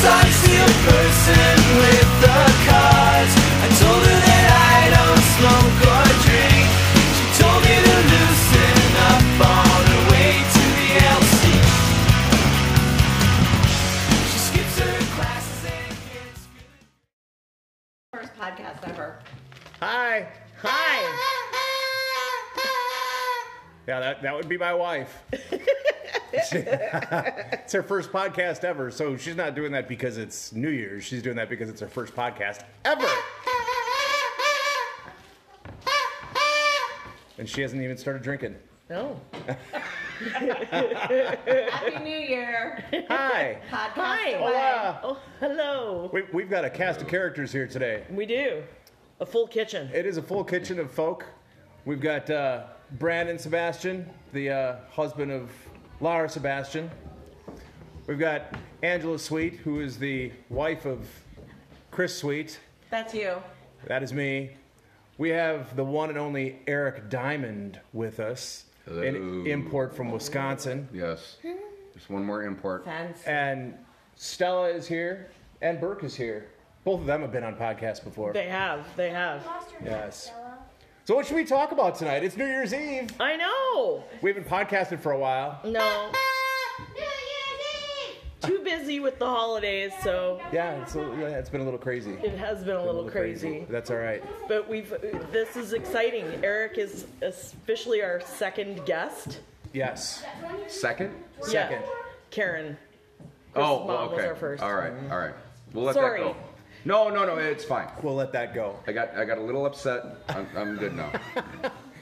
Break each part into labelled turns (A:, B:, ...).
A: real person with the cause. I told her that I don't smoke or drink. She told me to loosen up on her way to the LC. She skips her classes and gets good.
B: First podcast ever.
C: Hi. Hi. Yeah, that, that would be my wife. it's her first podcast ever, so she's not doing that because it's New Year's. She's doing that because it's her first podcast ever. And she hasn't even started drinking.
D: No.
B: Happy New Year.
C: Hi.
B: Podcast
D: Hi.
B: away.
C: Hola.
D: Oh, hello.
C: We, we've got a cast of characters here today.
D: We do. A full kitchen.
C: It is a full kitchen of folk. We've got uh, Brandon Sebastian, the uh, husband of Lara Sebastian. We've got Angela Sweet, who is the wife of Chris Sweet.
B: That's you.
C: That is me. We have the one and only Eric Diamond with us, an
E: Hello.
C: import from Wisconsin.
E: Yes. Just one more import.
B: Sense.
C: And Stella is here, and Burke is here. Both of them have been on podcasts before.
D: They have. They have.
C: Yes. So, what should we talk about tonight? It's New Year's Eve.
D: I know.
C: We've been podcasting for a while.
D: No. Too busy with the holidays, so
C: Yeah, it's, a- yeah, it's been a little crazy.
D: it has been a little crazy.
C: That's all right.
D: But we've. This is exciting. Eric is officially our second guest.
C: Yes.
E: Second?
C: Second.
D: Karen.
E: Oh,
D: mom
E: well,
D: was
E: okay.
D: our first.
E: All right, all right. We'll let
D: Sorry.
E: that go. No, no, no. It's fine.
C: We'll let that go.
E: I got, I got a little upset. I'm, I'm good now.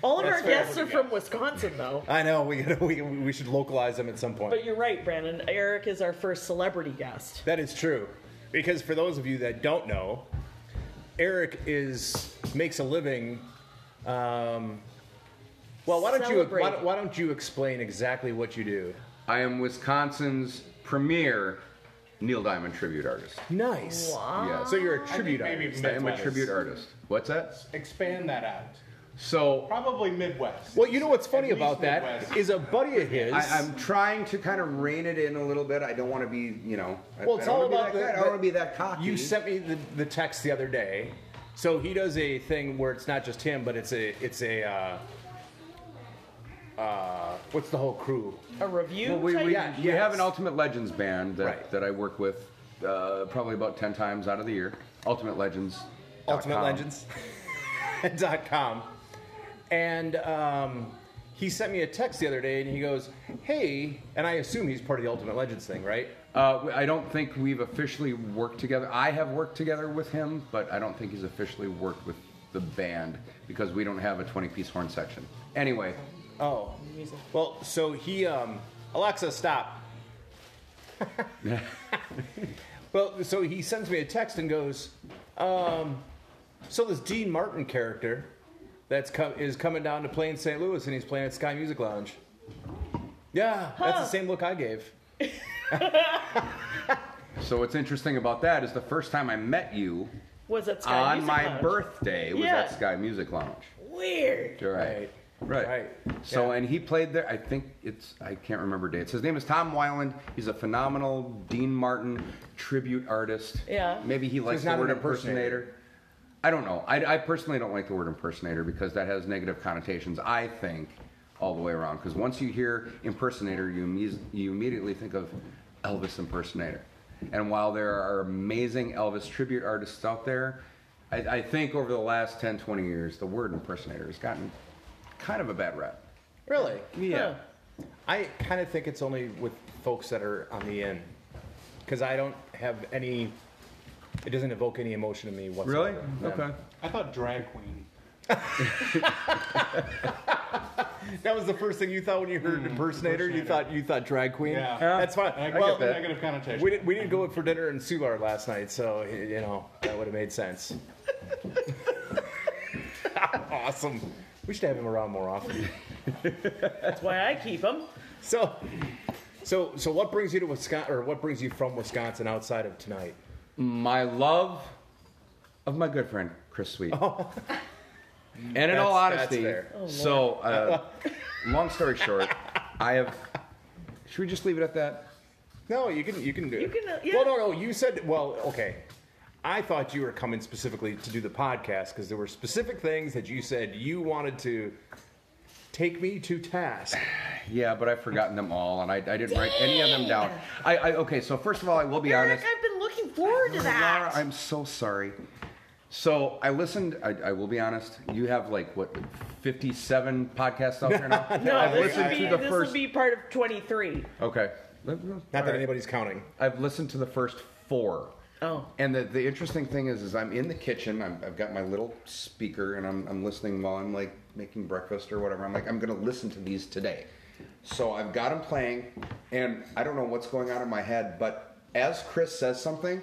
D: All of
C: That's
D: our
C: fair.
D: guests are from Wisconsin, though.
C: I know we we, we should localize them at some point.
D: But you're right, Brandon. Eric is our first celebrity guest.
C: That is true. Because for those of you that don't know, Eric is makes a living. Um, well, why don't you why,
D: Celebrating.
C: why don't you explain exactly what you do?
E: I am Wisconsin's premier Neil Diamond tribute artist.
C: Nice.
E: Yeah.
C: Ah. So you're a tribute artist.
F: maybe-
E: I am a
F: Midwest.
E: tribute artist. What's that?
F: expand that out.
E: So
F: Probably Midwest.
C: Well, you know what's funny
F: At least
C: about that
F: Midwest.
C: is a buddy of his.
E: I, I'm trying to kind of rein it in a little bit. I don't want to be, you know. I-
C: well,
E: I,
C: it's
E: don't
C: all
E: wanna be
C: about the,
E: that guy. I
C: the-
E: don't want to be that cocky.
C: You sent me the, the text the other day. So he does a thing where it's not just him, but it's a it's a uh, uh, what's the whole crew?
D: A review.
E: Well, we,
D: type?
E: we,
C: Yeah,
E: we
C: yes.
E: have an Ultimate Legends band that,
C: Right.
E: that I work with uh, probably about 10 times out of the year. Ultimate Legends.
C: ultimatelegends.com. And um, he sent me a text the other day and he goes, Hey, and I assume he's part of the Ultimate Legends thing, right?
E: Uh, I don't think we've officially worked together. I have worked together with him, but I don't think he's officially worked with the band because we don't have a 20 piece horn section. Anyway,
C: Oh. Well, so he, um, Alexa, stop. well, so he sends me a text and goes, um, So this Dean Martin character that's com- is coming down to play in St. Louis and he's playing at Sky Music Lounge. Yeah, that's the same look I gave.
E: so what's interesting about that is the first time I met you
D: was at Sky
E: on
D: Music
E: my
D: Lounge.
E: birthday was
D: Yeah.
E: at Sky Music Lounge.
D: Weird.
E: You're
C: Right.
E: right. Right.
C: Right.
E: So,
C: Yeah.
E: and he played there. I think it's, I can't remember dates. His name is Tom Weiland. He's a phenomenal Dean Martin tribute artist.
D: Yeah.
E: Maybe he likes
C: not
E: the word
C: an impersonator.
E: impersonator. I don't know. I, I personally don't like the word impersonator because that has negative connotations, I think, all the way around. Because once you hear impersonator, you, imme- you immediately think of Elvis impersonator. And while there are amazing Elvis tribute artists out there, I, I think over the last 10, 20 years, the word impersonator has gotten kind of a bad rap.
C: Really?
E: Yeah.
D: Huh.
C: I kind of think it's only with folks that are on the end, because I don't have any. It doesn't evoke any emotion in me
E: Really?
C: whatsoever.
E: Okay.
F: I thought drag queen.
C: That was the first thing you thought when you heard impersonator. You
F: Mm. impersonator.
C: thought you thought drag queen.
F: Yeah.
C: That's fine.
F: I get
C: well,
F: the negative connotation.
C: we didn't we didn't go out for dinner in Sular last night, so you know that would have made sense. awesome. We should have him around more often.
D: That's why I keep them.
C: So, so, so, what brings you to Wisconsin, or what brings you from Wisconsin outside of tonight?
E: my love of my good friend Chris Sweet.
D: Oh.
E: and in all
C: That's-
E: honesty,
C: that's fair.
E: so uh, long story short, I have. Should we just leave it at that?
C: No, you can you can do it.
D: You can, uh, yeah.
C: Well, no, no. You said well. Okay, I thought you were coming specifically to do the podcast because there were specific things that you said you wanted to take me to task.
E: Yeah, but I've forgotten them all, and I, I didn't write any of them down. I, I okay. So first of all, I will be
D: Eric,
E: honest.
D: I've been looking forward to
E: Laura,
D: that.
E: I'm so sorry. So I listened. I, I will be honest. You have like what, 57 podcasts out there now.
D: no,
E: I've
D: this
E: listened
D: would be
E: to the
D: this
E: first.
D: would be part of 23.
E: Okay.
C: Not that anybody's counting.
E: I've listened to the first four.
D: Oh.
E: And the, the interesting thing is, is I'm in the kitchen. I'm, I've got my little speaker, and I'm, I'm listening while I'm like making breakfast or whatever. I'm like, I'm gonna listen to these today. So I've got them playing, and I don't know what's going on in my head, but as Chris says something,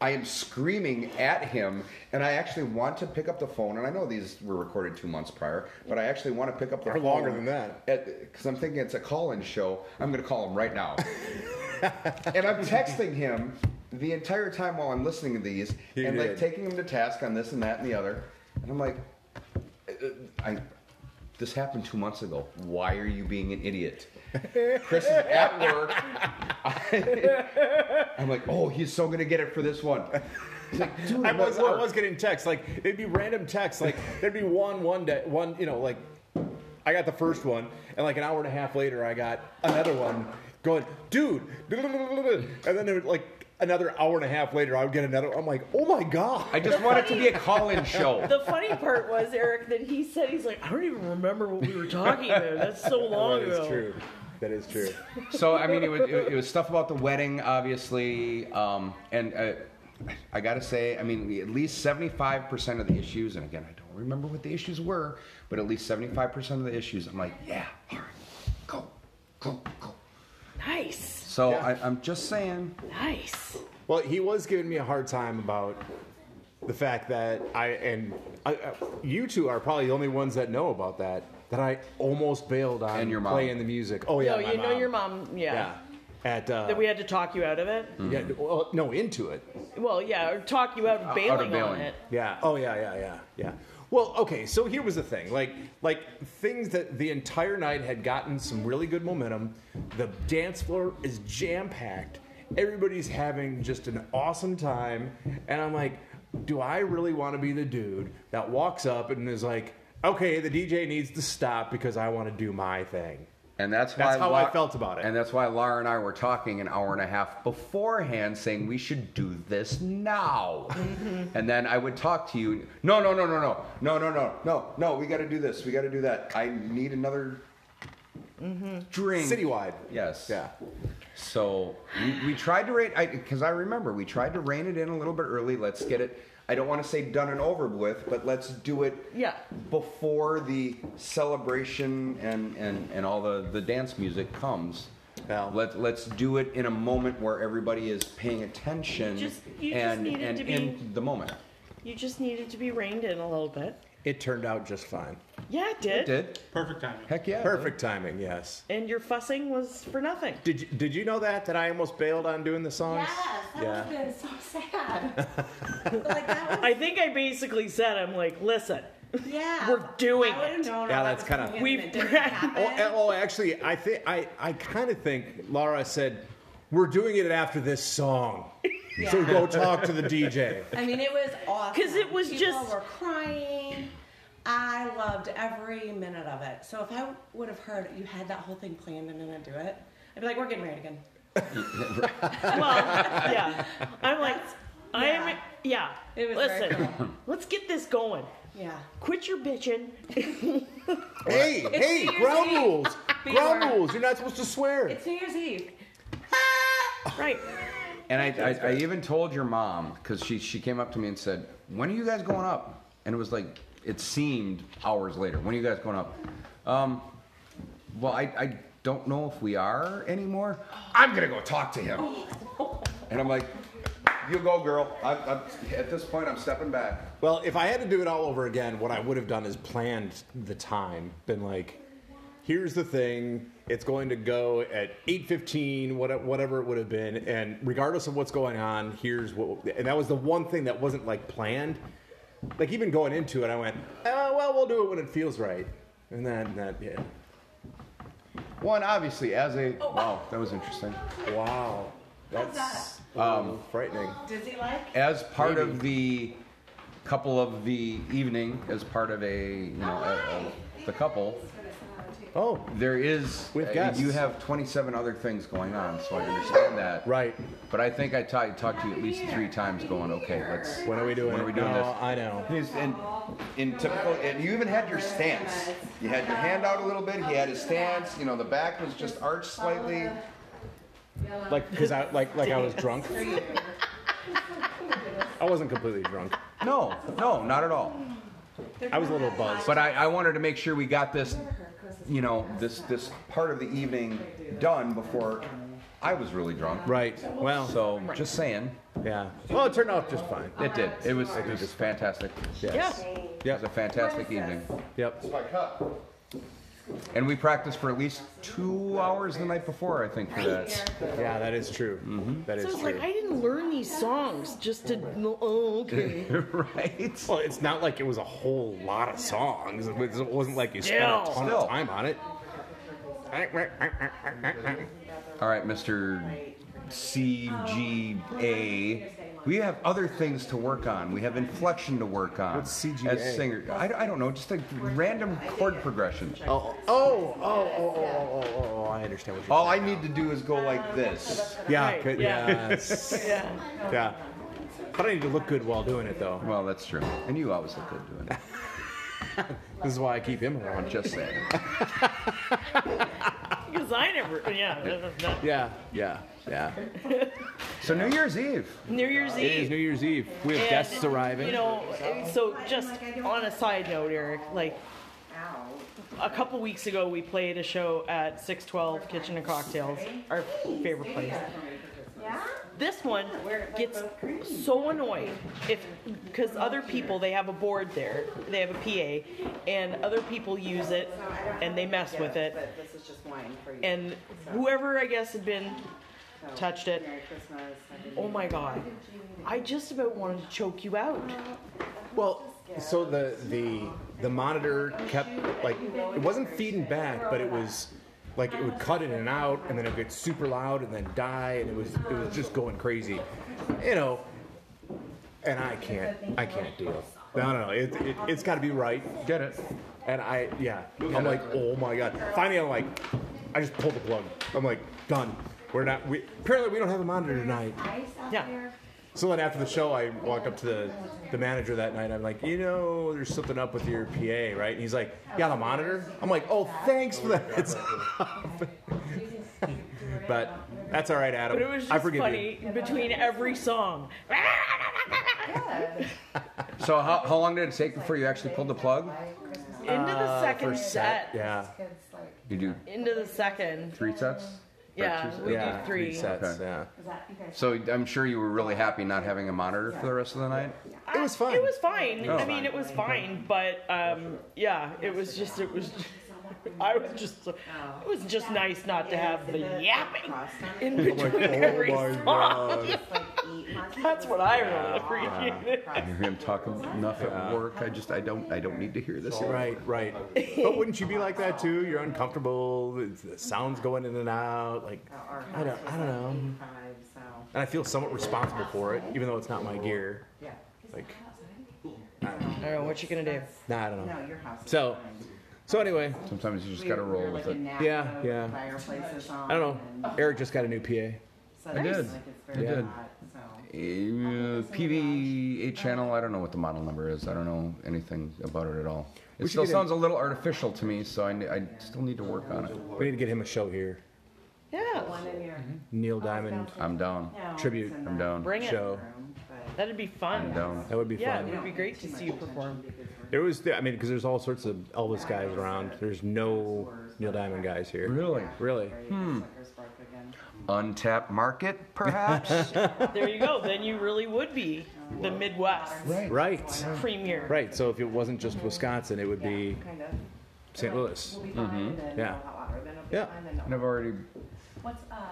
E: I am screaming at him, and I actually want to pick up the phone. And I know these were recorded two months prior, but I actually want to pick up the
C: Or
E: phone.
C: longer than that.
E: Because I'm thinking it's a call-in show. I'm going to call him right now. and I'm texting him the entire time while I'm listening to these,
C: You
E: and like
C: did.
E: taking him to task on this and that and the other. And I'm like, uh, I. This happened two months ago. Why are you being an idiot? Chris is at work. I'm like, oh, he's so gonna get it for this one. He's like, dude,
C: I
E: I'm at
C: was I
E: work."
C: was getting texts like it'd be random texts like there'd be one one day one you know like I got the first one and like an hour and a half later I got another one going dude and then it would like another hour and a half later I would get another I'm like oh my god
E: I just want it to be a call-in show.
D: The funny part was Eric that he said he's like I don't even remember what we were talking about. That's so long
C: that
D: ago.
C: is true that is true
E: So I mean, it was, it was stuff about the wedding, obviously, um, and uh, I gotta say, I mean, at least seventy-five percent of the issues, and again, I don't remember what the issues were, but at least seventy-five percent of the issues, I'm like, yeah, all right, go, go, go.
D: Nice,
E: So
C: Yeah.
E: I, I'm just saying,
D: nice.
C: well he was giving me a hard time about the fact that I and I, I, you two are probably the only ones that know about that that I almost bailed on
E: And your mom.
C: playing the music oh yeah
D: no,
C: my
D: you know your mom. Yeah.
C: Yeah. Hmm. At uh,
D: That we had to talk you out of it.
C: yeah, well, no, into it.
D: Well, yeah, or talk you out of
E: of
D: bailing, on
E: bailing.
D: it.
C: Yeah. Oh yeah, yeah, yeah, yeah. Well, okay. So here was the thing, like, like things that the entire night had gotten some really good momentum. The dance floor is jam packed. Everybody's having just an awesome time, and I'm like, do I really want to be the dude that walks up and is like, okay, the DJ needs to stop because I want to do my thing.
E: and that's why
C: That's how I felt about it.
E: and that's why Laura and I were talking an hour and a half beforehand, saying we should do this now.
C: Mm-hmm.
E: and then I would talk to you. No, no, no, no, no, no, no, no, no, no. We got to do this. We got to do that. I need another drink.
C: Mm-hmm. Citywide.
E: Yes.
C: Yeah.
E: So we, we tried to rate because I, remember we tried to rein it in a little bit early. Let's get it. I don't want to say done and over with, but let's do it
D: Yeah.
E: before the celebration and, and, and all the, the dance music comes.
C: Yeah.
E: Let, let's do it in a moment where everybody is paying attention
D: You just- you just
E: and,
D: needed
E: and
D: to be-
E: in the moment.
D: You just needed to be reined in a little bit.
C: It turned out just fine.
D: Yeah, it did.
E: It did.
F: Perfect timing.
E: Heck yeah. it did.
C: Perfect timing. Yes.
D: And your fussing was for nothing.
C: Did you, did you know that that I almost bailed on doing the songs?
B: Yes, that would have been so sad. like that was,
D: I think I basically said, I'm like, listen,
B: yeah.
D: We're doing
B: I would
D: it.
B: have known.
C: Yeah,
B: all
C: that's
B: that was coming
C: kinda-
B: in
D: We've
B: and it didn't
D: practiced-
B: happen.
C: Oh, eh, oh, actually, I think I, I kind of think Laura said we're doing it after this song,
B: Yeah.
C: so go talk to the DJ.
B: I mean, it was awesome.
D: 'Cause it was
B: People
D: just-
B: were crying. I loved every minute of it. So if I would have heard you had that whole thing planned and didn't do it, I'd be like, "We're getting married again."
D: well, yeah. I'm like, I am, yeah.
B: It was very
D: listen, let's get this going.
B: Yeah.
D: Quit your bitching.
C: hey, hey,
B: New
C: ground
B: Year's Eve.
C: rules,
B: Be
C: ground
B: aware.
C: rules. You're not supposed to swear.
B: It's New Year's Eve.
D: Right.
E: And I, I, I even told your mom because she she came up to me and said, "When are you guys going up?" And it was like it seemed hours later. When are you guys going up? Um, well, I, I don't know if we are anymore. I'm gonna go talk to him. And I'm like, "You go, girl." I'm, I'm, at this point, I'm stepping back.
C: Well, if I had to do it all over again, what I would have done is planned the time. Been like, here's the thing. It's going to go at 8:15, what- whatever it would have been, and regardless of what's going on, here's what. And that was the one thing that wasn't like planned. Like even going into "Uh, it, I went, oh, well, we'll do it when it feels right, and then that yeah.
E: One, obviously, as a wow, that was interesting.
C: Wow. That's um, frightening.
B: Dizzy like?
E: As part of the couple of the evening, as part of a you know a, a, the couple,
C: Oh,
E: there is
C: With
E: uh,
C: guests.
E: you have 27 other things going on, so I understand that.
C: right.
E: But I think I ta- talked to you at least three times, going, okay, let's.
C: When are we doing
E: When
C: it?
E: are we doing
C: no,
E: this?
C: I know.
E: He's in, in typical, and you even had your stance. You had your hand out a little bit. He had his stance. You know, the back was just arched slightly.
C: Like, because I like like I was drunk. I wasn't completely drunk.
E: No, no, not at all.
C: I was a little buzzed.
E: But I, I wanted to make sure we got this, you know, this this part of the evening done before I was really drunk.
C: Right. Well.
E: So just saying,
C: Yeah. Well, it turned out just fine.
E: it did. It was it was fantastic. It
C: Yes.
D: Oh, Yeah.
E: was a fantastic evening.
C: Yep.
E: And we practiced for at least two hours the night before, I think, for that.
C: Yeah, that is true. That is
D: So I was
C: true.
D: like, I didn't learn these songs just to. Oh, okay.
E: right?
C: well, it's not like it was a whole lot of songs. It was- it wasn't like you spent a
D: Still.
C: ton
E: Still.
C: of time on it.
E: All right, Mr. CGA. We have other things to work on. We have inflection to work on.
C: What's CGA?
E: As singer, I, I don't know, just a random chord progression.
C: Oh, oh, oh, oh, oh, oh, oh, oh, I understand what you're
E: All I need to do is go like this.
C: saying. Yeah,
D: Right,
C: could,
D: yeah.
C: yes.
D: Yeah.
C: yeah. But I need to look good while doing it, though.
E: Well, that's true. And you always look good doing it.
C: This is why I keep him around.
E: I'm just saying.
D: Because I never. Yeah. that- that-
C: Yeah, yeah, yeah.
E: So New Year's Eve.
D: New Year's
C: It is
D: Eve.
C: New Year's Eve. We have
D: and,
C: guests arriving.
D: You know, so just on a side note, Eric, like a couple weeks ago, we played a show at 612 Kitchen and Cocktails, our favorite place. This one gets so annoyed if because other people they have a board there, they have a PA, and other people use it and they mess with it.
G: But this is just wine for you.
D: And whoever I guess had been
G: So,
D: touched it.
G: Merry Christmas. Happy New
D: Oh my god. I just about wanted to choke you out.
C: Well, so the the the monitor kept like it wasn't feeding back, but it was like it would cut in and out, and then it would get super loud and then die, and it was it was just going crazy, you know. And I can't I can't deal. No, no, no. It, it it's got to be right.
E: Get it.
C: And I yeah, I'm like oh my god. Finally, I'm like I just pulled the plug. I'm like done. We're not. We apparently we don't have a monitor tonight.
D: Yeah.
C: So then after the show, I walked up to the, the manager that night. I'm like, you know, there's something up with your PA, right? And he's like, yeah, the monitor. I'm like, oh, thanks for that. heads up." but that's all right, Adam.
D: But it was
C: I
D: just
C: forgive
D: funny between every song.
E: So how, how long did it take before you actually pulled the plug?
D: Into the
C: you.
D: second
C: First
D: set.
C: Uh, set, yeah,
E: You do
D: Into the second.
E: three sets? Or
D: Yeah,
E: two
D: we
E: sets?
C: yeah,
D: did three.
C: sets,
E: Okay.
C: yeah.
E: So I'm sure you were really happy not having a monitor for the rest of the night?
C: It was fun.
D: It was fine.
E: Oh.
D: I mean, it was fine, but um, yeah, it was just it was. I was just it was just nice not to have the yapping in between
C: oh
D: every song. That's what I really appreciated.
E: I hear him talk enough at work. I just I don't I don't need to hear this.
C: Right, right. But wouldn't you be like that too? You're uncomfortable. It's, the sound's going in and out. Like, I don't, I don't know.
G: Year. Five, so,
C: And I feel somewhat responsible for it, even though it's not my gear.
G: yeah.
C: Like,
D: I don't know what you gonna do.
C: nah, I don't know.
G: No, your house. is
C: So-
G: fine.
C: So anyway,
E: Sometimes you just
G: We
E: gotta
G: were-
E: roll
G: we were
E: with
G: like
E: it.
G: in Napa
C: Yeah,
G: with
C: yeah.
G: Fireplaces on.
C: I don't know.
G: and
C: Eric just got a new PA.
G: suddenly,
E: did.
G: Like it's
E: I
G: very
E: did.
G: hot, so.
E: Uh, PV8 channel, I don't know what the model number is. I don't know anything about it at all. It
C: should
E: still
C: get a-
E: sounds a little artificial to me, so I, ne- I still need to work on it.
C: We need to get him a show here.
D: Yeah,
G: One in your. Oh,
C: Neil Diamond
E: I'm down.
G: No, it's
C: Tribute.
G: in
E: I'm
G: the
E: down.
D: bring it.
C: show. um,
G: room, but
D: That'd be
E: I'm
D: fun.
E: down.
C: That would be
D: Yeah, it
C: fun.
D: would be great to see you perform.
G: because we're-
C: There was, I mean, because there's all sorts of Elvis guys around. There's no Neil Diamond guys here.
E: Really?
C: Really?
G: the suckers broke again.
E: Untapped market, perhaps?
D: There you go. Then you really would be the Midwest
E: right.
C: Right.
D: premier.
C: Right. So if it wasn't just Wisconsin, it would be
G: Kind of.
C: St. Louis.
G: We'll be fine, then
C: Mm-hmm. Yeah.
G: we'll have water, then it'll be
C: Yeah.
G: fine, then uh,
E: And I've already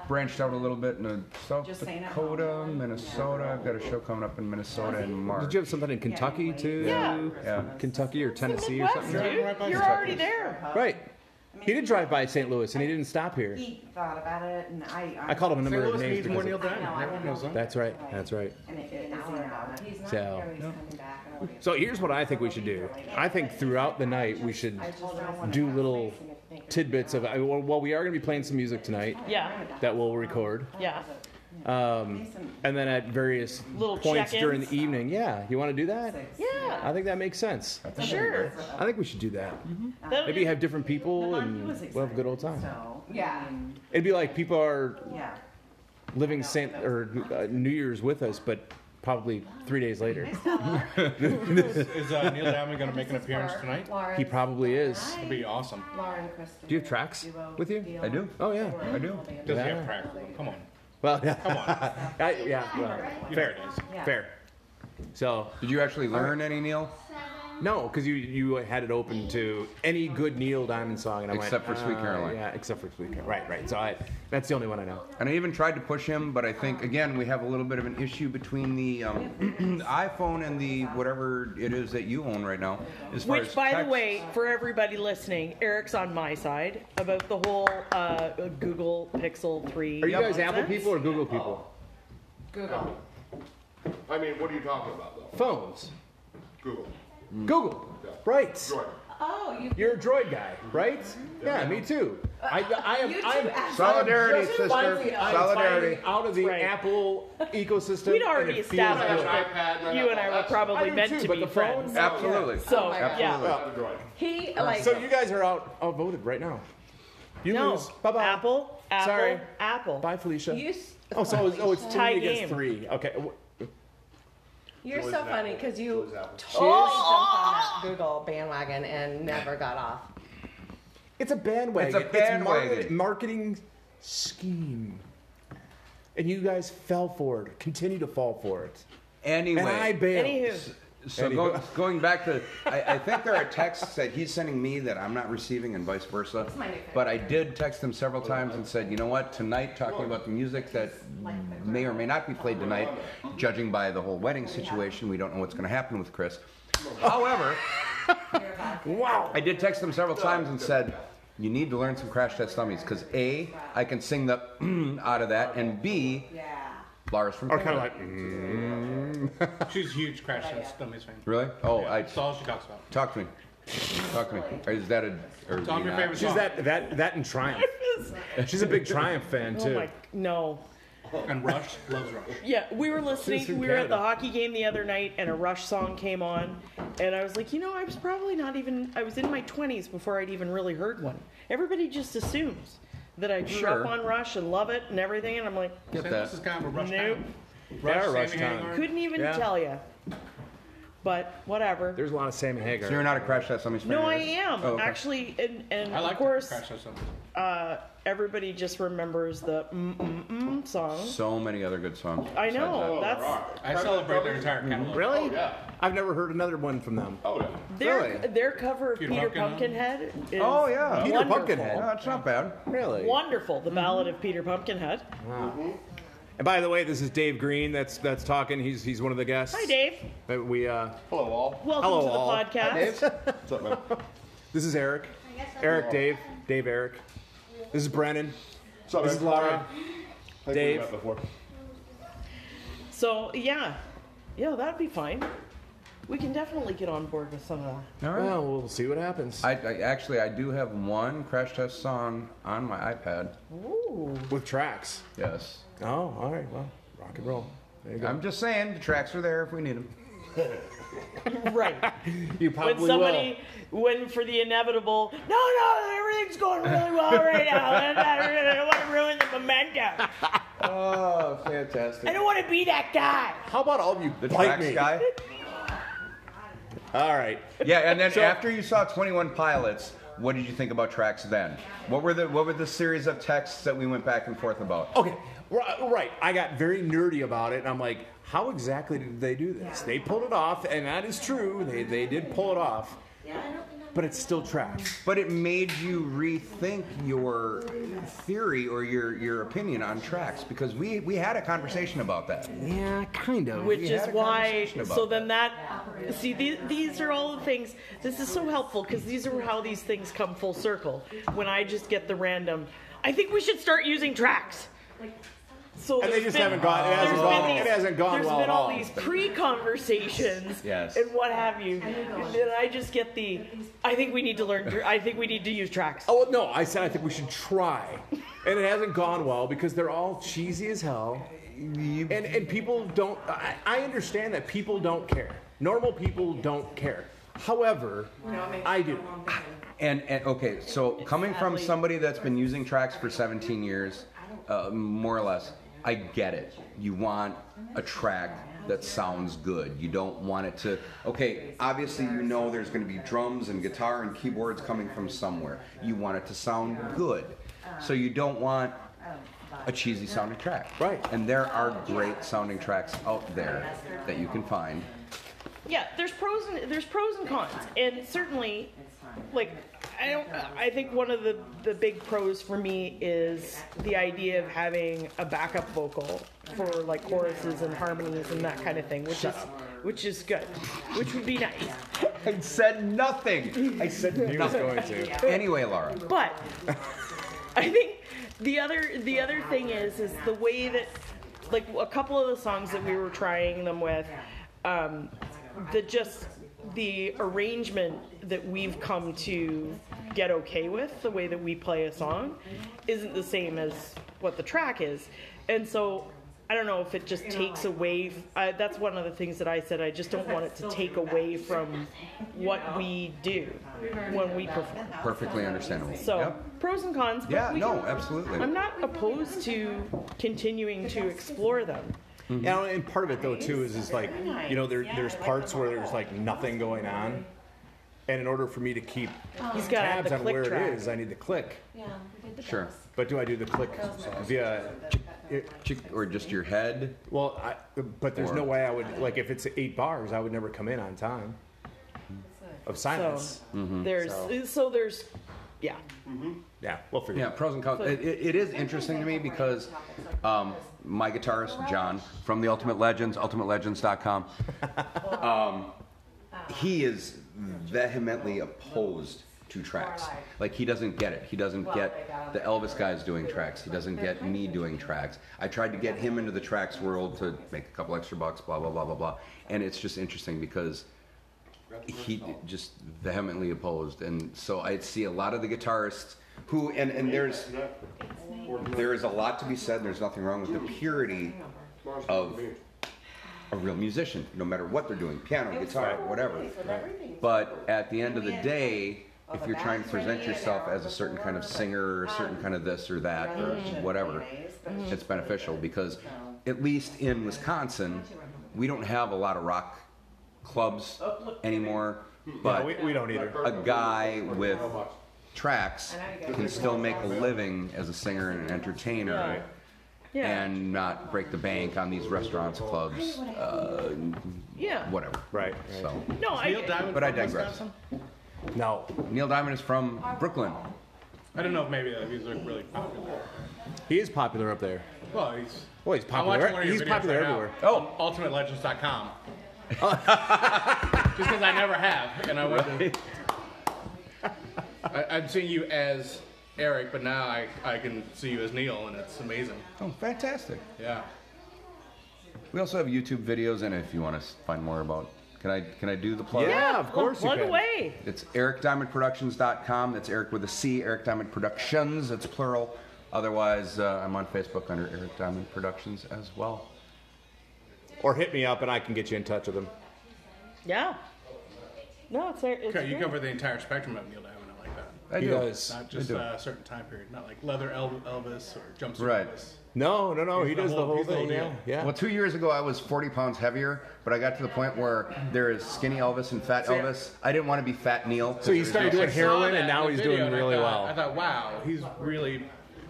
E: branched out a little bit into South
G: Just saying it.
E: Dakota, Minnesota. I've got a show coming up in Minnesota in March.
C: Did you have something in Kentucky too?
D: Yeah.
E: Yeah.
C: Kentucky or Tennessee or
D: Midwest,
C: something?
D: dude. You're already there.
C: Right.
G: I mean,
C: He did drive by St. Louis and he didn't stop here.
G: He thought about it, and I.
C: I called him a
F: St.
C: number of
F: Louis
C: names
F: needs more
C: because
F: Neil
C: of,
F: Diamond.
G: I know, I
F: Everyone
G: know.
F: knows that.
C: that's right. That's right.
G: And it is now.
H: He's not
C: So-
H: here. He's coming back. I don't know.
C: So here's what I think we should do. I think throughout the night we should do little tidbits of. I- Well, well, we are going to be playing some music tonight
D: Yeah,
C: that we'll record,
D: yeah.
C: um, and then at various
D: Little
C: points during
D: check-ins.
C: the evening. Yeah, you want to do that?
D: Yeah,
C: I think that makes sense.
D: sure.
C: I think we should do that.
D: That
C: Maybe
D: would-
C: have different people
G: Well, he
C: and
G: was
C: we'll have a good old
G: excited,
C: time.
G: So,
H: Yeah.
G: I mean,
C: It'd be like people are
G: yeah.
C: living Saint or uh, New Year's with us, but probably three days later.
F: Is uh, Neil Diamond going to make an appearance tonight?
H: Lawrence,
C: He probably is.
F: That'd be awesome.
H: Lauren Christopher.
C: Do you have tracks with you?
E: I do.
C: Oh yeah.
E: I do.
F: Does he
C: Yeah.
F: have practice? Come on.
C: Well, yeah.
F: Come on.
C: I, yeah. Well,
F: You know
C: fair.
F: it is.
C: Fair. So
E: Did you actually learn any Neil?
C: no, because you you had it open to any good Neil Diamond song, and I
E: Except for
C: went,
E: Sweet
C: uh,
E: Caroline.
C: Yeah, except for Sweet Caroline. Right, right. So I that's the only one I know.
E: And I even tried to push him, but I think again we have a little bit of an issue between the um, iPhone and the whatever it is that you own right now. As far as
D: Which, by
E: text.
D: the way, for everybody listening, Eric's on my side about the whole uh, Google Pixel 3.
C: Are you guys
D: nonsense.
C: Apple people or Google people?
H: Google.
I: I mean, what are you talking about though?
C: Phones. Mm.
I: Google.
C: Google. Right.
I: Droid. Mm-hmm.
H: Oh, you.
C: You're a droid guy, right? Yeah, me too. I,
D: Uh,
C: I am.
H: You too,
C: I am
H: actually.
E: Solidarity,
C: I'm just
E: sister.
C: Finally, I'm
E: Solidarity.
C: finally out of the
D: Right.
C: Apple ecosystem.
D: We'd
C: and
D: already
C: it feels
I: I have
D: established
I: an
C: good.
I: iPad and I
D: You
I: have
D: and I
I: all
D: were
I: that stuff.
D: probably
C: I do
D: meant
C: too,
D: to
C: but
D: be
C: the phone-
D: friends.
E: absolutely.
D: So,
H: my God.
D: yeah.
I: I have a droid.
H: He like.
C: Uh, So you guys are out outvoted right now. You
D: No.
C: lose. Bye bye.
D: Apple, Apple,
C: Sorry.
D: Apple.
C: Bye, Felicia.
H: you s-
C: oh, so it's, oh, it's two
D: Tie
C: against
D: game.
C: three. Okay. w-
H: You're
I: Joy's
H: so
I: an
H: funny
I: apple.
H: because you
I: Joy's apple.
H: totally jumped on that Google bandwagon and never got off.
C: It's a bandwagon.
E: It's a bandwagon.
C: market- marketing scheme. And you guys fell for it. Continue to fall for it.
E: Anyway.
C: And I bailed.
D: Anywho.
E: So
C: Anywho.
E: go, going back to, I, I think there are texts that he's sending me that I'm not receiving and vice versa.
H: my new
E: But I did text him several times and said, you know what, tonight, talking about the music that may or may not be played tonight, judging by the whole wedding situation, we don't know what's going to happen with Chris. However,
C: Wow.
E: I did text him several times and said, you need to learn some crash test dummies because A, I can sing the out of that, and B,
H: Yeah.
E: Lars from
C: Or kind of like.
F: She's a huge Crash Test Dummies fan.
E: Really? Oh, I
F: That's all she talks about.
E: talk to me. Talk to me. Is that a? Or
F: Tell me
E: you
F: your
E: not?
F: favorite
C: She's
F: song.
C: that that that and Triumph. She's a big Triumph fan
D: Oh
C: too.
D: my, no.
F: And Rush loves Rush.
D: Yeah, we were
C: This is
D: listening. We were at the
C: Canada.
D: hockey game the other night, and a Rush song came on, and I was like, you know, I was probably not even. I was in my twenties before I'd even really heard one. Everybody just assumes that I grew
E: Sure.
D: up on Rush and love it and everything, and I'm like,
E: Get
F: St.
E: that.
F: Louis is kind of a Rush
D: nope,
F: town.
C: They are
F: Rush,
C: Rush
F: Sammy
C: town.
F: Hagar.
D: couldn't even
C: Yeah.
D: tell you. But whatever.
C: There's a lot of Sammy Hagar.
E: So you're not a crash test dummies fan.
D: no,
E: either?
D: I am
E: Oh, okay.
D: actually, and and
F: I like
D: of course,
F: Crash Test Dummies.
D: uh, everybody just remembers the mm mm mm song.
E: So many other good songs.
D: I
E: besides
D: know
E: that.
D: that's
F: I celebrate their entire catalog.
E: Oh,
C: really?
I: Yeah.
C: I've never heard another one from them.
I: Oh yeah.
D: their
C: Really?
D: their cover of
F: Peter
D: Peter
F: Pumpkin-
D: Pumpkinhead. Is
E: Oh, yeah.
C: Peter
D: wonderful.
C: Pumpkinhead.
E: No, it's not bad.
C: Really?
D: Wonderful, the Ballad of Peter Pumpkinhead.
C: And by the way, this is Dave Green. That's that's talking. He's he's one of the guests.
D: Hi, Dave.
C: Uh, We uh,
I: Hello all.
D: Welcome
C: Hello,
D: to the
C: all.
D: podcast.
I: What's up, man?
C: this is Eric. Eric, Dave, Dave, Eric. This is Brennan.
I: What's up,
C: This is
I: man?
C: Laura.
I: I think we
C: Dave.
I: met before.
D: So yeah, yeah, that'd be fine. We can definitely get on board with some of that.
E: All right.
C: Well, we'll see what happens
E: I, I actually I do have one crash test song on my iPad.
D: Ooh,
C: with tracks.
E: Yes.
C: Oh, all right. Well, rock and roll. There you go.
E: I'm just saying the tracks are there if we need them.
D: right.
C: you
D: when
C: probably
D: somebody, when for the inevitable, no, no, everything's going really well right now. I don't want to ruin the momentum.
E: Oh,
D: I
E: fantastic.
D: don't want to be that guy.
C: will. How about all of you
E: The
C: bite
E: tracks
C: me?
E: guy.
C: All right.
E: Yeah, and then after you saw Twenty One Pilots, what did you think about tracks then? What were the what were the series of texts that we went back and forth about?
C: Okay, ri- right. I got very nerdy about it, and I'm like, how exactly did they do this? They pulled it off, and that is true. They, they did pull it off. but it's still trash.
E: But it made you rethink your theory or your, your opinion on tracks because we, we had a conversation about that.
C: Yeah, kind of.
D: which
E: We
D: is
E: had a
D: why
E: conversation about
D: so then that see these, these are all the things this is so helpful because these are how these things come full circle when i just get the random i think we should start using tracks so
J: And they
D: there's
J: just
D: been-
J: haven't gone- it
D: there's
J: hasn't
D: been
J: gone- it hasn't gone
D: there's
J: well
D: been
J: at
D: all
J: all.
D: these pre-conversations
E: Yes.
D: and what have you and then i just get the i think we need to learn i think we need to use tracks
C: Oh no, I said I think we should try, and it hasn't gone well because they're all cheesy as hell, and and people don't. I, I understand that people don't care. Normal people don't care. However, I do.
E: And, and okay, so coming from
D: sadly-
E: somebody that's been using tracks for 17 years, uh, more or less, I get it. You want a track that sounds good. You don't want it to. Okay, obviously, you know there's going to be drums and guitar and keyboards coming from somewhere. You want it to sound good. So you don't want a cheesy sounding track.
C: Right.
E: And there are great sounding tracks out there that you can find.
D: yeah there's pros and there's pros and cons and certainly like i don't i think one of the the big pros for me is the idea of having a backup vocal for like choruses and harmonies and that kind of thing which is which is good which would be nice
E: I said nothing. I said
C: He was going to.
E: Anyway, Laura.
D: but I think the other the other thing is is the way that like a couple of the songs that we were trying them with, um, the just the arrangement that we've come to get okay with the way that we play a song isn't the same as what the track is, and so. I don't know if it just takes away. f- I, that's one of the things that I said. I just don't want it to take away from what we do when we perform.
E: Perfectly understandable.
D: So
E: Yep.
D: pros and cons. But
E: Yeah,
D: we
E: no,
D: can-
E: absolutely.
D: I'm not opposed to continuing to explore them.
J: You know, and part of it though too is is like you know there there's parts where there's like nothing going on, and in order for me to keep
D: He's got
J: tabs
D: the
J: on
D: click
J: where
D: track.
J: it is, I need to click.
E: Sure.
J: But do I do the click via? It,
E: Chick- or just your head.
J: well, I, but there's no
E: Or-
J: way I would like if it's eight bars, I would never come in on time. Of silence.
E: Mm-hmm.
D: There's uh, so.
J: So-
D: there's yeah.
J: Yeah, we'll figure.
E: Yeah,
J: it out.
E: pros and cons. It, it- it is interesting to me because um, my guitarist John from the Ultimate Legends, ultimatelegendz.com, um, he is vehemently opposed to tracks. Like he doesn't get it. He doesn't get the Elvis guys doing tracks. He doesn't get me doing tracks. I tried to get him into the tracks world to make a couple extra bucks, blah blah blah blah blah. And it's just interesting because he just vehemently opposed and so i see a lot of the guitarists who and, and there's there is a lot to be said there's nothing wrong with the purity of a real musician no matter what they're doing piano guitar whatever but at the end of the day if you're trying to present yourself as a certain kind of singer or a certain kind of this or that or whatever it's beneficial because at least in wisconsin we don't have a lot of rock clubs anymore but
J: we, we don't either.
E: a guy with tracks can still make a living as a singer and an entertainer
D: Yeah.
E: and not break the bank on these restaurants, clubs, uh,
D: yeah.
E: whatever.
J: Right.
E: So,
D: No,
F: Neil
D: I
F: Diamond
E: But I
F: from
E: digress.
F: Wisconsin?
J: No,
E: Neil Diamond is from Brooklyn.
F: I don't know if maybe that he's like really popular.
J: he is popular up there.
F: Well, he's
J: Well, he's
F: I'm
J: popular. e-
F: watching one of your
J: He's
F: videos
J: popular
F: right now.
J: everywhere.
E: Oh.
F: On ultimatelelegends.com. Just because I never have, and I went. To, I, I'm seeing you as Eric, but now I, I can see you as Neil, and it's amazing.
E: Oh, fantastic.
F: Yeah.
E: We also have YouTube videos in it if you want to find more about. Can I can I do the plug?
J: Yeah, of course you
D: One
J: can.
D: way.
E: It's ericdiamondproductions.com. That's Eric with a C, Eric Diamond Productions. It's plural. Otherwise, uh, I'm on Facebook under Eric Diamond Productions as well.
J: Or hit me up and I can get you in touch with him.
D: Yeah. No, it's there. It's
F: Okay, you
D: great.
F: cover the entire spectrum of Neil Diamond. I like that.
E: I
J: He
E: do.
J: does.
F: Not just
E: do.
F: uh, a certain time period. Not like leather El- Elvis or jumpsuit
E: Right.
F: Elvis.
J: No, no, no.
F: He's
J: He
F: the
J: does the
F: whole-
J: whole
F: he's the whole
J: thing.
F: deal.
J: yeah, Yeah.
E: Well, two years ago I was 40 pounds heavier, but I got to the point where there is skinny Elvis and fat Elvis. I didn't want to be fat Neil.
J: So he started doing
F: I saw
J: heroin
F: that
J: and
F: in
J: now
F: the
J: he's
F: video,
J: doing
F: and I
J: really
F: thought- I
J: well.
F: thought, wow, he's really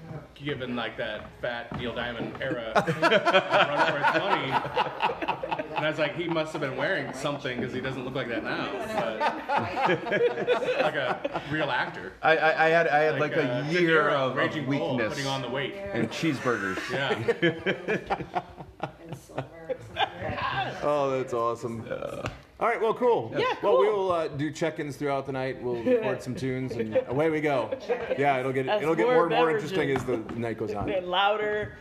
F: given like that fat Neil Diamond era a run for its money. And I was like, he must have been wearing something because he doesn't look like that now. But, like a real actor.
E: I, I, I had I had like,
F: Like, uh,
E: a
F: De
E: year
F: Niro,
E: of, of
F: Raging Bull,
E: weakness,
F: putting on the weight.
E: and cheeseburgers.
C: Oh, that's awesome. All right, well, cool.
D: Yeah,
C: Well, we
D: cool.
C: will uh, do check-ins throughout the night. We'll record some tunes, and away we go. Yeah, it'll get
D: As
C: it'll get
D: more
C: more and more
D: beverages.
C: interesting as the night goes on.
D: They're louder.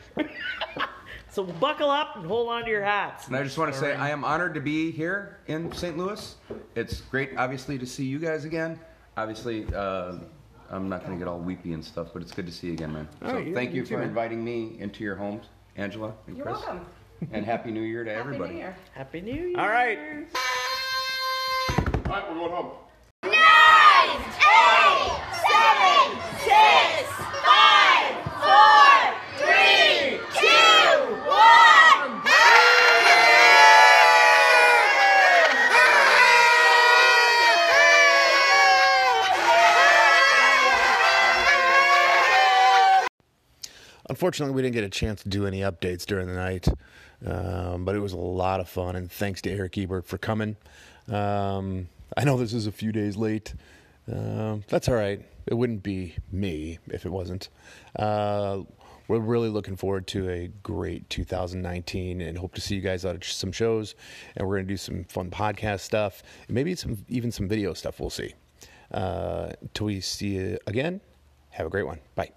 D: so buckle up and hold on to your hats.
E: And I just want to say I am honored to be here in St. Louis. It's great, obviously, to see you guys again. Obviously, uh, I'm not going to get all weepy and stuff, but it's good to see you again, man.
C: All
E: so
C: right, yeah,
E: thank
C: you
E: you
C: too,
E: for
C: man.
E: inviting me into your homes, Angela and
G: You're
E: Chris.
G: welcome.
E: And happy New Year to everybody.
G: Happy New Year.
D: Happy New Year.
C: All right.
I: All right, we're going home.
K: Unfortunately, we didn't get a chance to do any updates during the night, um, but it was a lot of fun. And thanks to Eric Ebert for coming. Um, I know this is a few days late. Um, that's all right. It wouldn't be me if it wasn't. Uh, we're really looking forward to a great 2019 and hope to see you guys out at some shows. And we're going to do some fun podcast stuff, and maybe some even some video stuff. We'll see. Uh, till we see you again, have a great one. Bye.